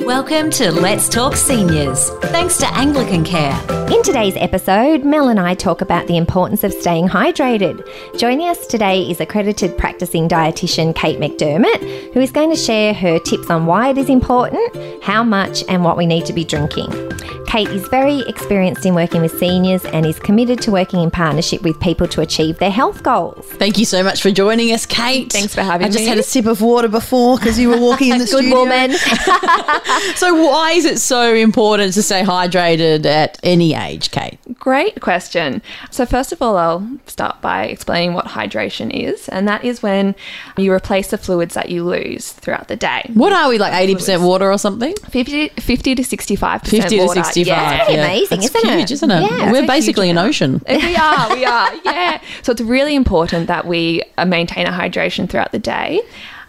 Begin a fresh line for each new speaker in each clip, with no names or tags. Welcome to Let's Talk Seniors, thanks to Anglican Care.
In today's episode, Mel and I talk about the importance of staying hydrated. Joining us today is accredited practicing dietitian Kate McDermott, who is going to share her tips on why it is important, how much, and what we need to be drinking. Kate is very experienced in working with seniors and is committed to working in partnership with people to achieve their health goals.
Thank you so much for joining us, Kate.
Thanks for having
I just
me.
had a sip of water before because you were walking in the
Good
studio.
woman.
So why is it so important to stay hydrated at any age, Kate?
Great question. So, first of all, I'll start by explaining what hydration is, and that is when you replace the fluids that you lose throughout the day.
What are we like eighty percent water or something?
50, 50 to 65 percent
Fifty
water.
to sixty-five.
Yeah.
Pretty amazing,
That's
isn't it?
Huge, isn't it?
Yeah, it's a
We're
huge
basically an ocean.
we are, we are, yeah. So it's really important that we uh, maintain our hydration throughout the day,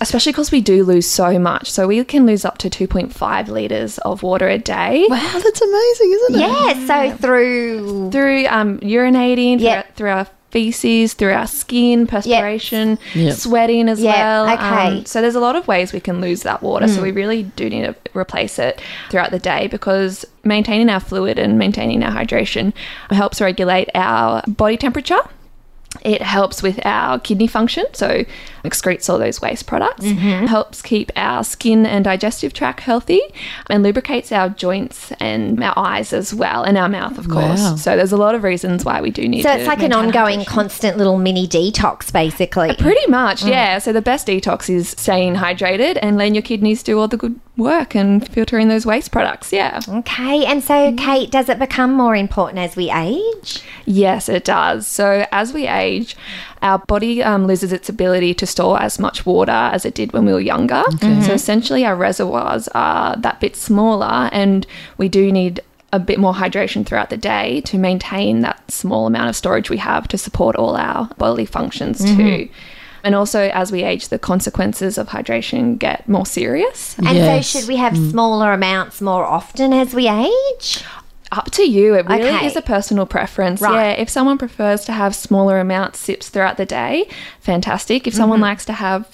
especially because we do lose so much. So we can lose up to 2.5 litres of water a day
Wow, that's amazing, isn't it?
yeah, so through
through um, urinating, through,
Yeah.
our- through our feces, through our skin, perspiration,
Yep.
sweating as
Yeah,
well. um,
okay.
so there's a lot of ways we can lose that water. So we
Mm.
really do need to replace it throughout the day because maintaining our fluid and maintaining our hydration helps regulate our body temperature. It helps with our kidney function, so excretes all those waste products,
Mm-hmm.
helps keep our skin and digestive tract healthy, and lubricates our joints and our eyes as well, and our mouth, of course.
Wow.
So there's a lot of reasons why we do need
So
to
it's like an
maintain
ongoing,
hydration.
constant little mini detox, basically.
Pretty much, yeah. So the best detox is staying hydrated and letting your kidneys do all the good work and filtering those waste products. Yeah.
Okay, and so Kate, does it become more important as we age?
Yes, it does. So as we age, our body um, loses its ability to store as much water as it did when we were younger. So essentially, our reservoirs are that bit smaller, and we do need a bit more hydration throughout the day to maintain that small amount of storage we have to support all our bodily functions too. And also, as we age, the consequences of hydration get more serious.
And
Yes. Mm.
so should we have smaller amounts more often as we age?
up to you. It really
Okay.
is a personal preference.
Right.
Yeah, if someone prefers to have smaller amount sips throughout the day, fantastic. If
Mm-hmm.
someone likes to have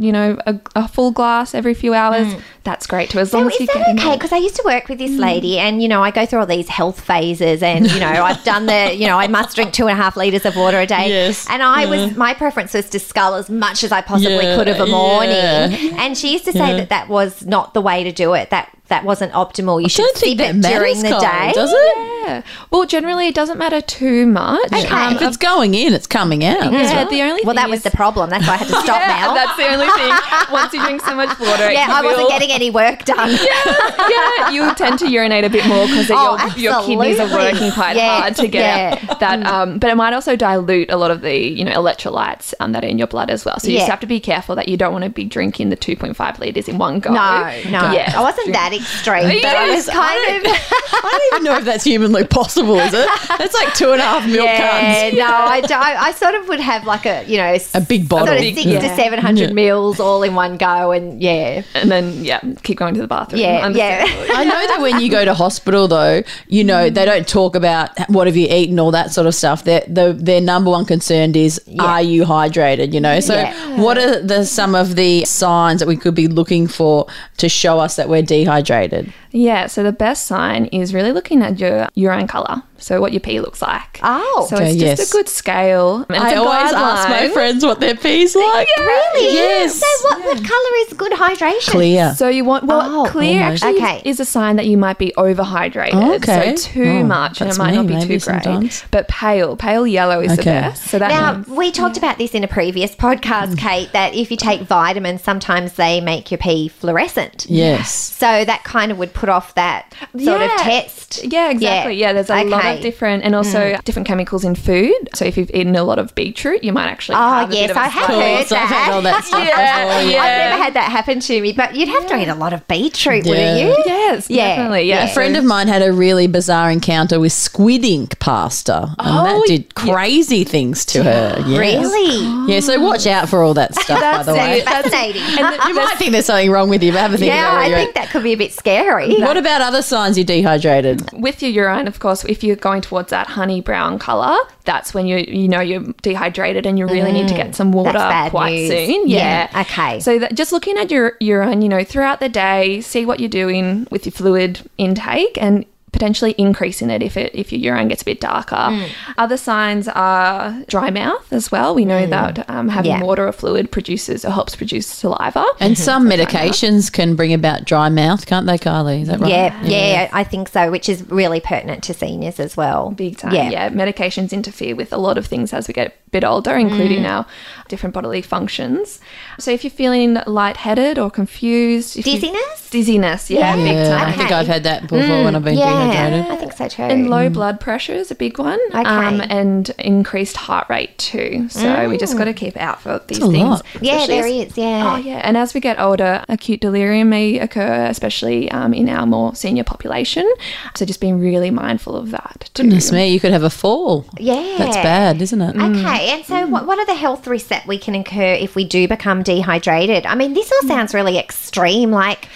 you know a, a full glass every few hours, that's great too. As long
Mm. So
Oh,
as
is
you
that
get
okay? Because I used to work with this
Mm.
lady, and you know, I go through all these health phases, and you know, I've done the, you know, I must drink two and a half liters of water a day.
Yes.
And I was, my preference was to scull as much as I possibly
Yeah,
could of a morning.
yeah.
And she used to say
Yeah.
that that was not the way to do it. That that wasn't optimal. You should
Don't think
sip
that
it during
matters,
the
Kate,
day.
does it?
yeah. Well, generally it doesn't matter too much.
Um, if it's going in, it's coming out.
yeah, the only
Well,
thing
that was
is-
the problem. That's why I had to stop
Yeah,
now.
That's the only thing. Once you drink so much water,
yeah,
it
I wasn't
will-
getting any work done.
yeah, you tend to urinate a bit more because
Oh,
your, your kidneys are
absolutely.
working quite
Yeah,
hard to get
yeah. Mm.
that. Um, but it might also dilute a lot of the you know electrolytes um, that are in your blood as well. So you
Yeah.
just have to be careful that you don't want to be drinking the 2.5 liters in one go.
No, no,
Yeah.
I wasn't that extreme, but I was
Yes, I
kind of.
don't- I don't even know if that's humanly possible, is it? That's like two and a half milk
Yeah,
cartons.
no, I, do- I, I sort of would have like a you know
A big bottle.
sort of
Big-
six
yeah.
to seven hundred
Yeah.
meals all in one go, and yeah,
And then yeah, keep going to the bathroom.
yeah,
Understand.
yeah.
I know that when you go to hospital, though, you know they
Mm.
don't talk about what have you eaten, all that sort of stuff. Their the, their number one concern is are you hydrated? You know, so
Yeah.
what are the some of the signs that we could be looking for to show us that we're dehydrated?
Yeah, so the best sign is really looking at your urine colour. So what your pee looks like.
Oh.
so
Okay,
it's just
yes.
a good scale. And it's
I
a
always ask my
guideline.
friends what their pee's like.
Really?
Yes.
So what what colour is good hydration?
Clear.
So you want well
Oh,
clear
almost.
actually
Okay.
is a sign that you might be
Oh,
overhydrated.
okay.
So too
Oh,
much and
that's
it might not
me,
be
maybe
too great.
sometimes.
But pale, pale yellow is the
Okay.
best. So that
Now
means
we talked about this in a previous
Mm.
podcast, Kate. That if you take vitamins, sometimes they make your pee fluorescent.
yes.
So that kind of would put off that sort of
Yeah.
test.
Yeah, exactly. Yeah, there's a lot
Okay.
of different and also different chemicals in food. So if you've eaten a lot of beetroot, you might actually
Oh
have a bit
yes,
of a
I have
slight-
heard
Course, I've
that.
had all that stuff
yeah.
before,
I've
yeah.
never had that happen to me, but you'd have to eat a lot of beetroot, wouldn't
Yeah.
you?
Yeah, Yes,
Yeah,
definitely.
yeah.
Yeah.
A friend of mine had a really bizarre encounter with squid ink pasta, and that did crazy things to her. Yes.
Oh, Really?
Yeah, so watch out for all that stuff, by the way.
it.
Fascinating.
And th-
You might think there's something wrong with you, but have a think
yeah,
about where
I
you're
think
at.
that could be a bit scary.
What about other signs you're dehydrated?
with your urine, of course, if you're going towards that honey brown color, that's when you you know you're dehydrated and you really need to get some water
Mm, That's bad
quite
news.
soon.
Yeah,
Yeah.
okay.
So that, just looking at your urine, you know, throughout the day, see what you're doing with your fluid intake and potentially increasing it if it if your urine gets a bit darker.
Mm.
Other signs are dry mouth as well. We know that um, having
Mm. Yeah.
water or fluid produces or helps produce saliva.
And some medications can bring about dry mouth, can't they, Kylie? Is that right?
Yeah, yeah, I think so, which is really pertinent to seniors as well.
Big time. Yeah. Medications interfere with a lot of things as we get a bit older, including
Mm.
our different bodily functions. So if you're feeling lightheaded or confused, if you-
Dizziness?
dizziness, yeah,
Yeah.
big
Yeah,
time.
I think
Okay.
I've had that before when I've been
Mm, Yeah,
dehydrated.
I think so too.
And low blood pressure is a big one, um,
Okay. Mm.
and increased heart rate too. So we just got to keep out for these
a
things.
lot.
yeah,
especially
there
as-
is. Yeah.
Oh yeah, and as we get older, acute delirium may occur, especially um, in our more senior population. So just being really mindful of that. Too.
Goodness me, you could have a fall.
Yeah.
That's bad, isn't it? Mm.
Okay, and so what, what are the health risks that we can incur if we do become dehydrated? I mean, this all sounds really extreme. Like,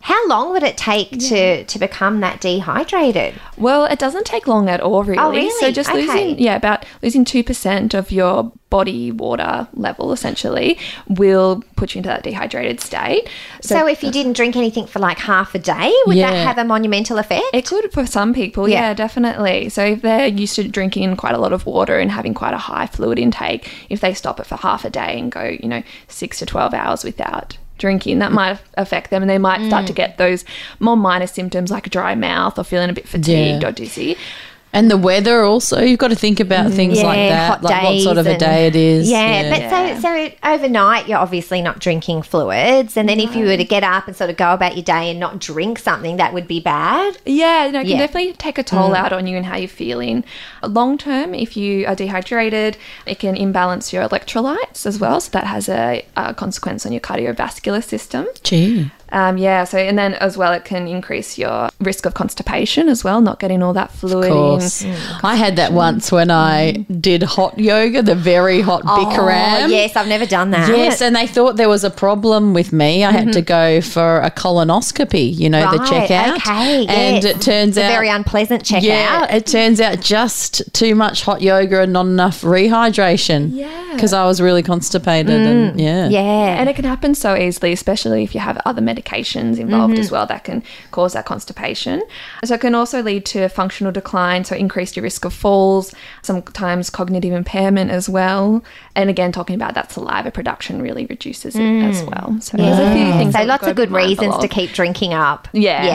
how long would it take to, to become that dehydrated?
Well, it doesn't take long at all, really. So
really?
just
Okay.
losing, yeah, about losing two percent of your body water level essentially will put you into that dehydrated state. So.
So, if you didn't drink anything for like half a day, would that
Yeah.
have a monumental effect?
it could for some people,
Yeah.
yeah. definitely. So if they're used to drinking quite a lot of water and having quite a high fluid intake, if they stop it for half a day and go, you know, six to twelve hours without drinking, that might affect them, and they might start to get those more minor symptoms like a dry mouth or feeling a bit fatigued
Yeah.
or dizzy.
And the weather also, you've got to think about
Mm,
things like that, like what sort of a
and-
day it is.
Yeah, but so so overnight you're obviously not drinking fluids, and then if you were to get up and sort of go about your day and not drink something, that would be bad.
Yeah, no, it can
Yeah.
definitely take a toll
Mm.
out on you and how you're feeling. Long term, if you are dehydrated, it can imbalance your electrolytes as well. So that has a, a consequence on your cardiovascular system.
Gee.
Um, yeah, so and then as well, it can increase your risk of constipation as well, not getting all that fluid.
Of
in.
mm,
course. I had that once when I did hot yoga, the very hot Bikram.
Oh, yes, I've never done that.
Yes, and they thought there was a problem with me. I had to go for a colonoscopy, you know, the
Mm-hmm. Right,
checkout.
Okay,
and
yes.
it turns
It's a
out
very unpleasant checkout.
Yeah, it turns out just too much hot yoga and not enough rehydration.
Yeah.
because I was really constipated and yeah,
Mm. yeah.
And it can happen so easily, especially if you have other medications involved as well that can cause that constipation. So it can also lead to functional decline, so increased your risk of falls, sometimes cognitive impairment as well. And again, talking about that saliva production really reduces it as well. So there's a few things.
Mm. so
that
lots
we've
of
got
good
to be mindful
reasons to
of.
keep Mm. drinking up.
Yeah, Mm.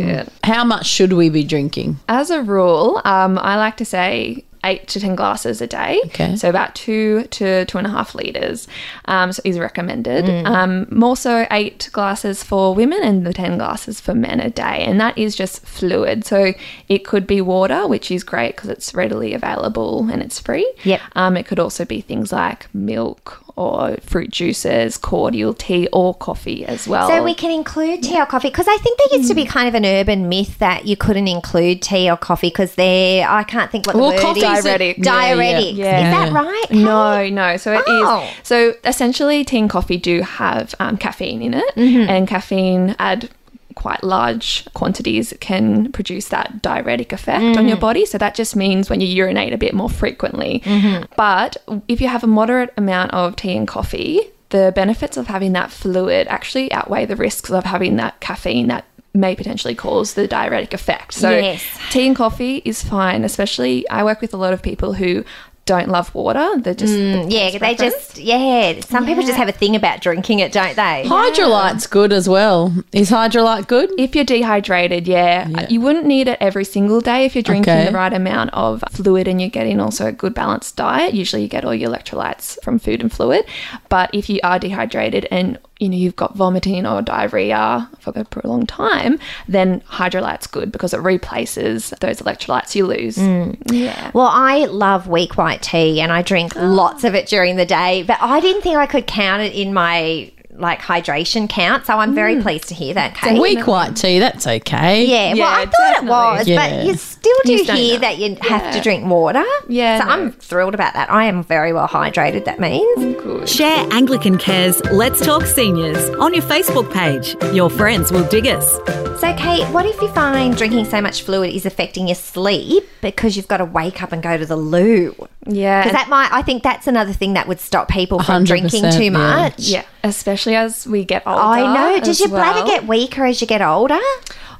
yeah.
that's it.
How much should we be drinking?
As a rule, um, I like to say eight to ten glasses a day.
Okay.
So about two to two and a half liters um, so is recommended. Um, more so, eight glasses for women and the ten glasses for men a day, and that is just fluid. So it could be water, which is great because it's readily available and it's free.
Yep.
Um, it could also be things like milk or fruit juices, cordial tea, or coffee as well.
So we can include tea or coffee because I think there used to be kind of an urban myth that you couldn't include tea or coffee because they're I can't think what the
Well,
word
coffee's
is.
a-
Diuretic.
Yeah, yeah.
Diuretics.
Yeah.
Is that right?
No, no. So it is.
Oh.
So essentially, tea and coffee do have um, caffeine in it,
Mm-hmm.
and caffeine add quite large quantities can produce that diuretic effect on
Mm.
your body so that just means when you urinate a bit more frequently
Mm-hmm.
but if you have a moderate amount of tea and coffee the benefits of having that fluid actually outweigh the risks of having that caffeine that may potentially cause the diuretic effect so
Yes.
tea and coffee is fine especially i work with a lot of people who don't love water they're just
Mm, Yeah, they just yeah. Some people just have a thing about drinking it, don't they?
Hydrolyte's good as well. Is hydrolyte good?
if you're dehydrated, yeah, you wouldn't need it every single day if you're drinking
Okay.
the right amount of fluid and you're getting also a good balanced diet. Usually, you get all your electrolytes from food and fluid, but if you are dehydrated and you know you've got vomiting or diarrhea for a prolonged time, then hydrolyte's good because it replaces those electrolytes you lose.
Mm.
Yeah.
Well, I love weak
Oh.
white tea and I drink lots of it during the day, but I didn't think I could count it in my like hydration count. So I'm
Hmm.
very pleased to hear that, Kate.
Weak white tea, that's okay.
Yeah,
Yeah,
well, I thought
definitely.
it was,
Yeah.
but you still do
You don't
hear
know.
that you have to drink water.
Yeah,
So
no.
I'm thrilled about that. I am very well hydrated, that means.
Good.
Share Anglican Cares Let's Talk Seniors on your Facebook page. Your friends will dig us.
So, Kate, what if you find drinking so much fluid is affecting your sleep because you've got to wake up and go to the loo?
Yeah.
Because that might, I think that's another thing that would stop people from
100%,
drinking too
yeah.
much.
yeah, especially as we get older.
I know. Does
as
your bladder
well.
get weaker as you get older?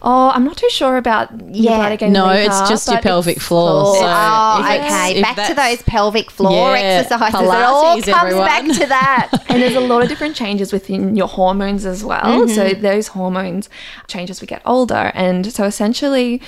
Oh, I'm not too sure about your
Yeah.
bladder getting
No,
weaker,
it's just your
but
pelvic
it's-
floor. So
oh,
if it's-
okay.
if
Back to
that's-
those pelvic floor
Yeah,
exercises. it all
Pilates,
comes back
everyone.
to that.
And there's a lot of different changes within your hormones as well. So those hormones change as we get older. And so essentially,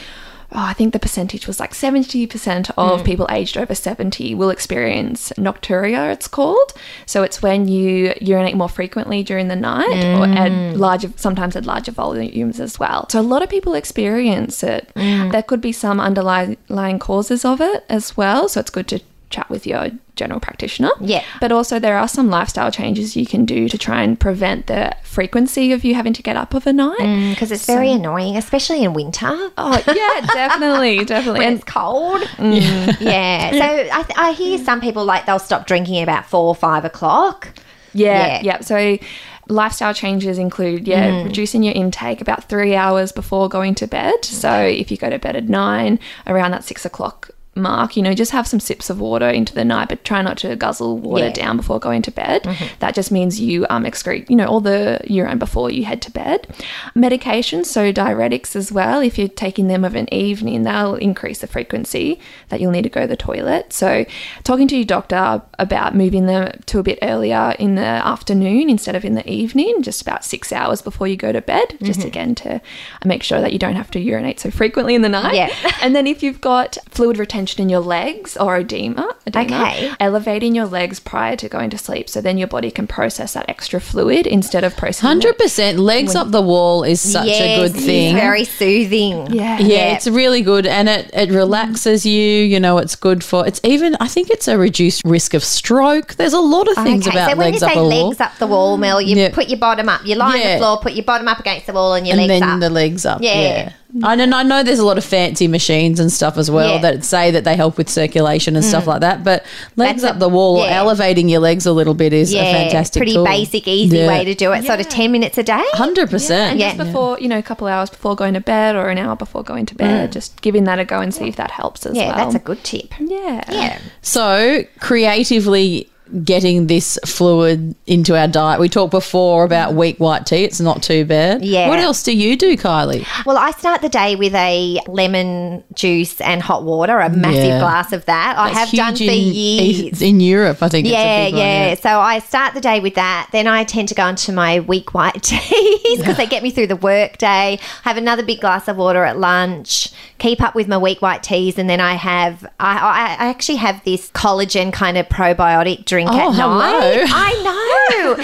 oh, I think the percentage was like 70% of people aged over 70 will experience nocturia, it's called. So it's when you urinate more frequently during the night or at larger, sometimes at larger volumes as well. So a lot of people experience it. There could be some underlying causes of it as well. So it's good to chat with your general practitioner.
Yeah.
But also, there are some lifestyle changes you can do to try and prevent the frequency of you having to get up of a night.
Because it's very annoying, especially in winter.
Oh, yeah, definitely, definitely.
when it's cold. Mm. yeah. So I, th- I hear some people like they'll stop drinking at about four or five o'clock. Yeah.
yeah,
Mm.
yeah, So, lifestyle changes include, yeah, reducing your intake about three hours before going to bed. So, if you go to bed at nine, around that six o'clock mark, you know, just have some sips of water into the night, but try not to guzzle water
Yeah. Mm-hmm.
down before going to bed. That just means you um, excrete, you know, all the urine before you head to bed. Medications, so diuretics as well, if you're taking them of an evening, they'll increase the frequency that you'll need to go to the toilet. So, talking to your doctor about moving them to a bit earlier in the afternoon instead of in the evening, just about six hours before you go to bed,
Mm-hmm.
just again to make sure that you don't have to urinate so frequently in the night.
Yeah.
and then if you've got fluid retention in your legs or edema, edema
Okay.
elevating your legs prior to going to sleep so then your body can process that extra fluid instead of processing
Hundred
it.
percent. Legs up the wall is such a
Yes,
good thing.
It's very soothing.
Yeah.
yeah, it's really good, and it it relaxes you. You know, it's good for. It's even. I think it's a reduced risk of stroke. There's a lot of things
Oh, okay,
about
so when you
legs up
say
a wall,
legs up the wall, Mel, you
Yeah.
put your bottom up. You lie on
Yeah.
the floor, put your bottom up against the wall, and your
and
legs
then
up.
the legs up.
Yeah.
Yeah. And, and I know there's a lot of fancy machines and stuff as well
Yeah. Mm.
that say that they help with circulation and stuff like that. But legs
That's a-
up the wall or
yeah.
elevating your legs a little bit is
yeah,
a fantastic,
pretty
tool.
basic, easy
Yeah.
way to do it. Sort of ten minutes a day.
Hundred percent.
and just
Yeah.
before you know a couple hours before going to bed or an hour before going to bed just giving that a go and see if that helps as
Yeah,
well
that's a good tip.
yeah
Yeah,
So creatively getting this fluid into our diet. We talked before about weak white tea. It's not too bad.
Mm. Yeah.
What else do you do, Kylie?
Well, I start the day with a lemon juice and hot water, a massive
Yeah.
glass of that. I have
That's
done for
huge in,
years.
in Europe. I think. it's a
Yeah,
big one,
yeah. So I start the day with that. Then I tend to go into my weak white teas because they get me through the work day. Have another big glass of water at lunch. Keep up with my weak white teas, and then I have I, I I actually have this collagen kind of probiotic drink
Oh,
at
hello.
night. I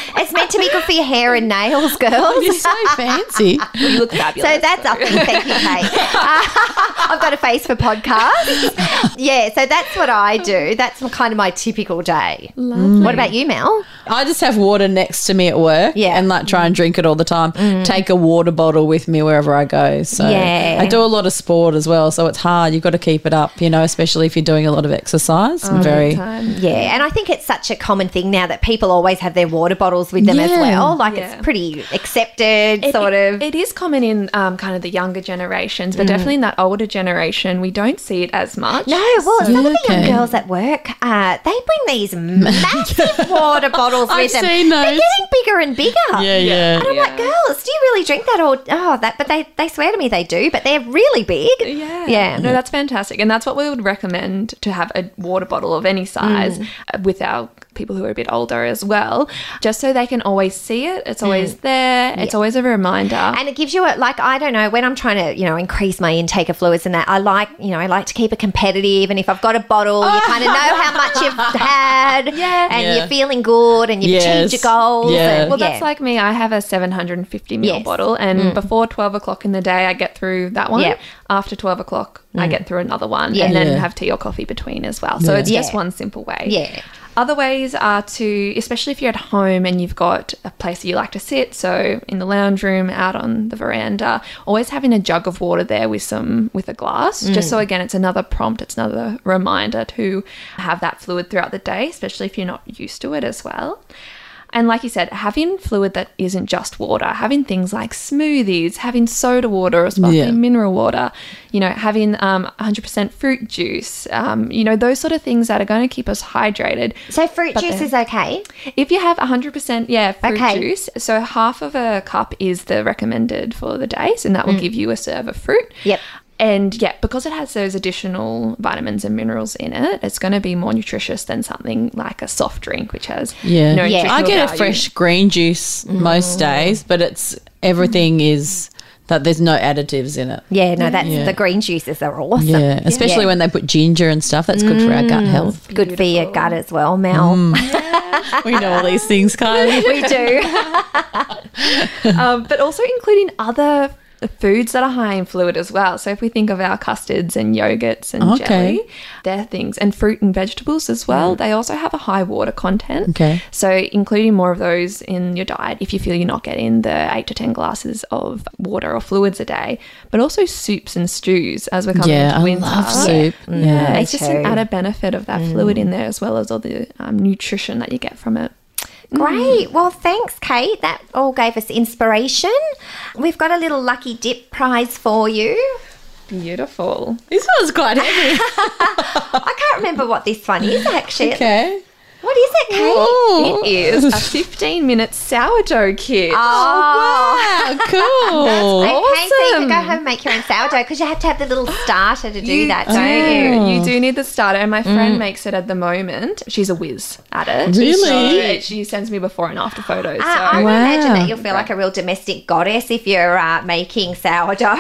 know it's meant to be good for your hair and nails, girls.
You're so fancy.
you look fabulous
So that's up. Thank you, Kate. Uh, I've got a face for podcasts. Yeah, so that's what I do. That's my- kind of my typical day. What about you, Mel?
I just have water next to me at work
Yeah. Mm.
and like try and drink it all the time. Take a water bottle with me wherever I go. So
Yeah.
I do a lot of sport as well, so it's hard. You've got to keep it up, you know, especially if you're doing a lot of exercise.
Oh,
I'm very
time.
Yeah, and I think it's such a common thing now that people always have their water bottles with them as
Yeah.
well. Like
Yeah.
it's pretty accepted, sort
it-
of.
It is common in um, kind of the younger generations, but definitely in that older generation, we don't see it as much.
no, well, some of the
Okay.
young girls at work, uh, they bring these massive water bottles with
I've
them.
seen
They're
those.
getting bigger and bigger.
Yeah, yeah.
And I'm like, girls, do you really drink that all? Oh, that, but they, they swear to me they do, but they're really big.
Yeah.
Yeah.
No, that's fantastic. And that's what we would recommend to have a water bottle of any size uh, with our people who are a bit older as well, just so they can always see it. It's always there. It's always a reminder.
And it gives you a, like, I don't know, when I'm trying to, you know, increase my intake of fluids and that, I like, you know, I like to keep it competitive. And if I've got a bottle,
Oh.
you kind of know how much you've had and
Yeah.
you're feeling good and you've achieved
Yes.
your goals.
Yeah.
And,
well,
yeah.
that's like me. I have a 750 ml
Yes. Mm.
bottle, and before 12 o'clock in the day, I get through that one.
Yep. Mm.
After 12 o'clock, I get through another one,
Yeah.
and then
Yeah.
have tea or coffee between as well. So it's just
Yeah.
one simple way.
Yeah.
Other ways are to, especially if you're at home and you've got a place that you like to sit, so in the lounge room, out on the veranda, always having a jug of water there with some with a glass, just so again it's another prompt, it's another reminder to have that fluid throughout the day, especially if you're not used to it as well. And like you said, having fluid that isn't just water, having things like smoothies, having soda water or sparkling
Yeah.
mineral water, you know, having um, 100% fruit juice, um, you know, those sort of things that are going to keep us hydrated.
So fruit
But
juice
then-
is okay.
If you have 100%, yeah, fruit
Okay.
juice, so half of a cup is the recommended for the days, and that will give you a serve of fruit.
Mm. Yep.
And yeah, because it has those additional vitamins and minerals in it, it's going to be more nutritious than something like a soft drink, which has
Yeah.
no
Yeah. Mm-hmm.
nutritional
I get a
value.
fresh green juice most days, but it's everything is that there's no additives in it.
Yeah, no, that's the green juices are awesome.
Yeah, especially
Yeah. Mm.
when they put ginger and stuff. That's good for our gut health.
Good for your gut as well, Mel.
Mm. We know all these things, Kylie.
We do.
um, but also including other foods that are high in fluid as well. So if we think of our custards and yogurts and
Okay.
jelly, they're things, and fruit and vegetables as well. They also have a high water content.
Okay.
So including more of those in your diet if you feel you're not getting the eight to ten glasses of water or fluids a day, but also soups and stews as we're coming
Yeah,
into
I
winter.
love soup. Yeah. Mm.
Yeah, Mm. it's just
too.
an added benefit of that fluid in there as well as all the um, nutrition that you get from it.
Great. Well, thanks, Kate. That all gave us inspiration. We've got a little lucky dip prize for you.
Beautiful.
This one's quite heavy.
I can't remember what this one is actually.
okay.
What is it, Kate?
Oh,
It is a 15 minute sourdough kit.
Oh,
wow, cool.
Okay, so you can
awesome.
go home and make your own sourdough because you have to have the little starter to do that, don't
Oh,
you?
You do need the starter, and my friend makes it at the moment. She's a whiz at it.
Really?
So she sends me before and after photos.
I- Ah, I
so.
would imagine
Wow.
that you'll feel like a real domestic goddess if you're uh, making sourdough.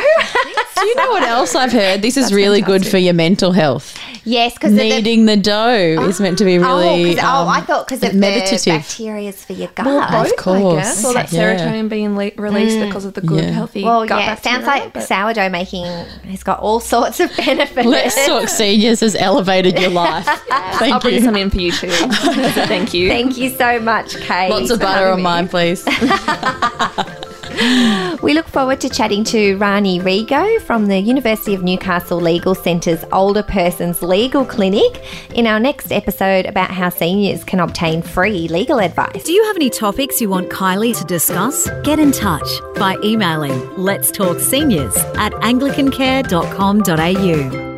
Do you know what else I've heard? This is really good for your mental health.
yes, because
Needing the dough is meant to be really
oh, 'cause- oh,
um,
I thought because of the
meditative.
bacteria's for your gut.
both. Of
I guess.
course.
All that
Yeah.
serotonin being le- released because of the good,
Yeah.
healthy
well,
gut
yeah, it
bacteria.
sounds like
but-
sourdough making has got all sorts of benefits.
Let's Talk Seniors has elevated your life. Thank
I'll bring
you.
some in for you too. So thank you.
Thank you so much, Kate.
Lots of
for
butter
having me.
on mine, please.
We look forward to chatting to Rani Rigo from the University of Newcastle Legal Centre's Older Persons Legal Clinic in our next episode about how seniors can obtain free legal advice.
Do you have any topics you want Kylie to discuss? Get in touch by emailing let's talk seniors at anglicancare.com.au.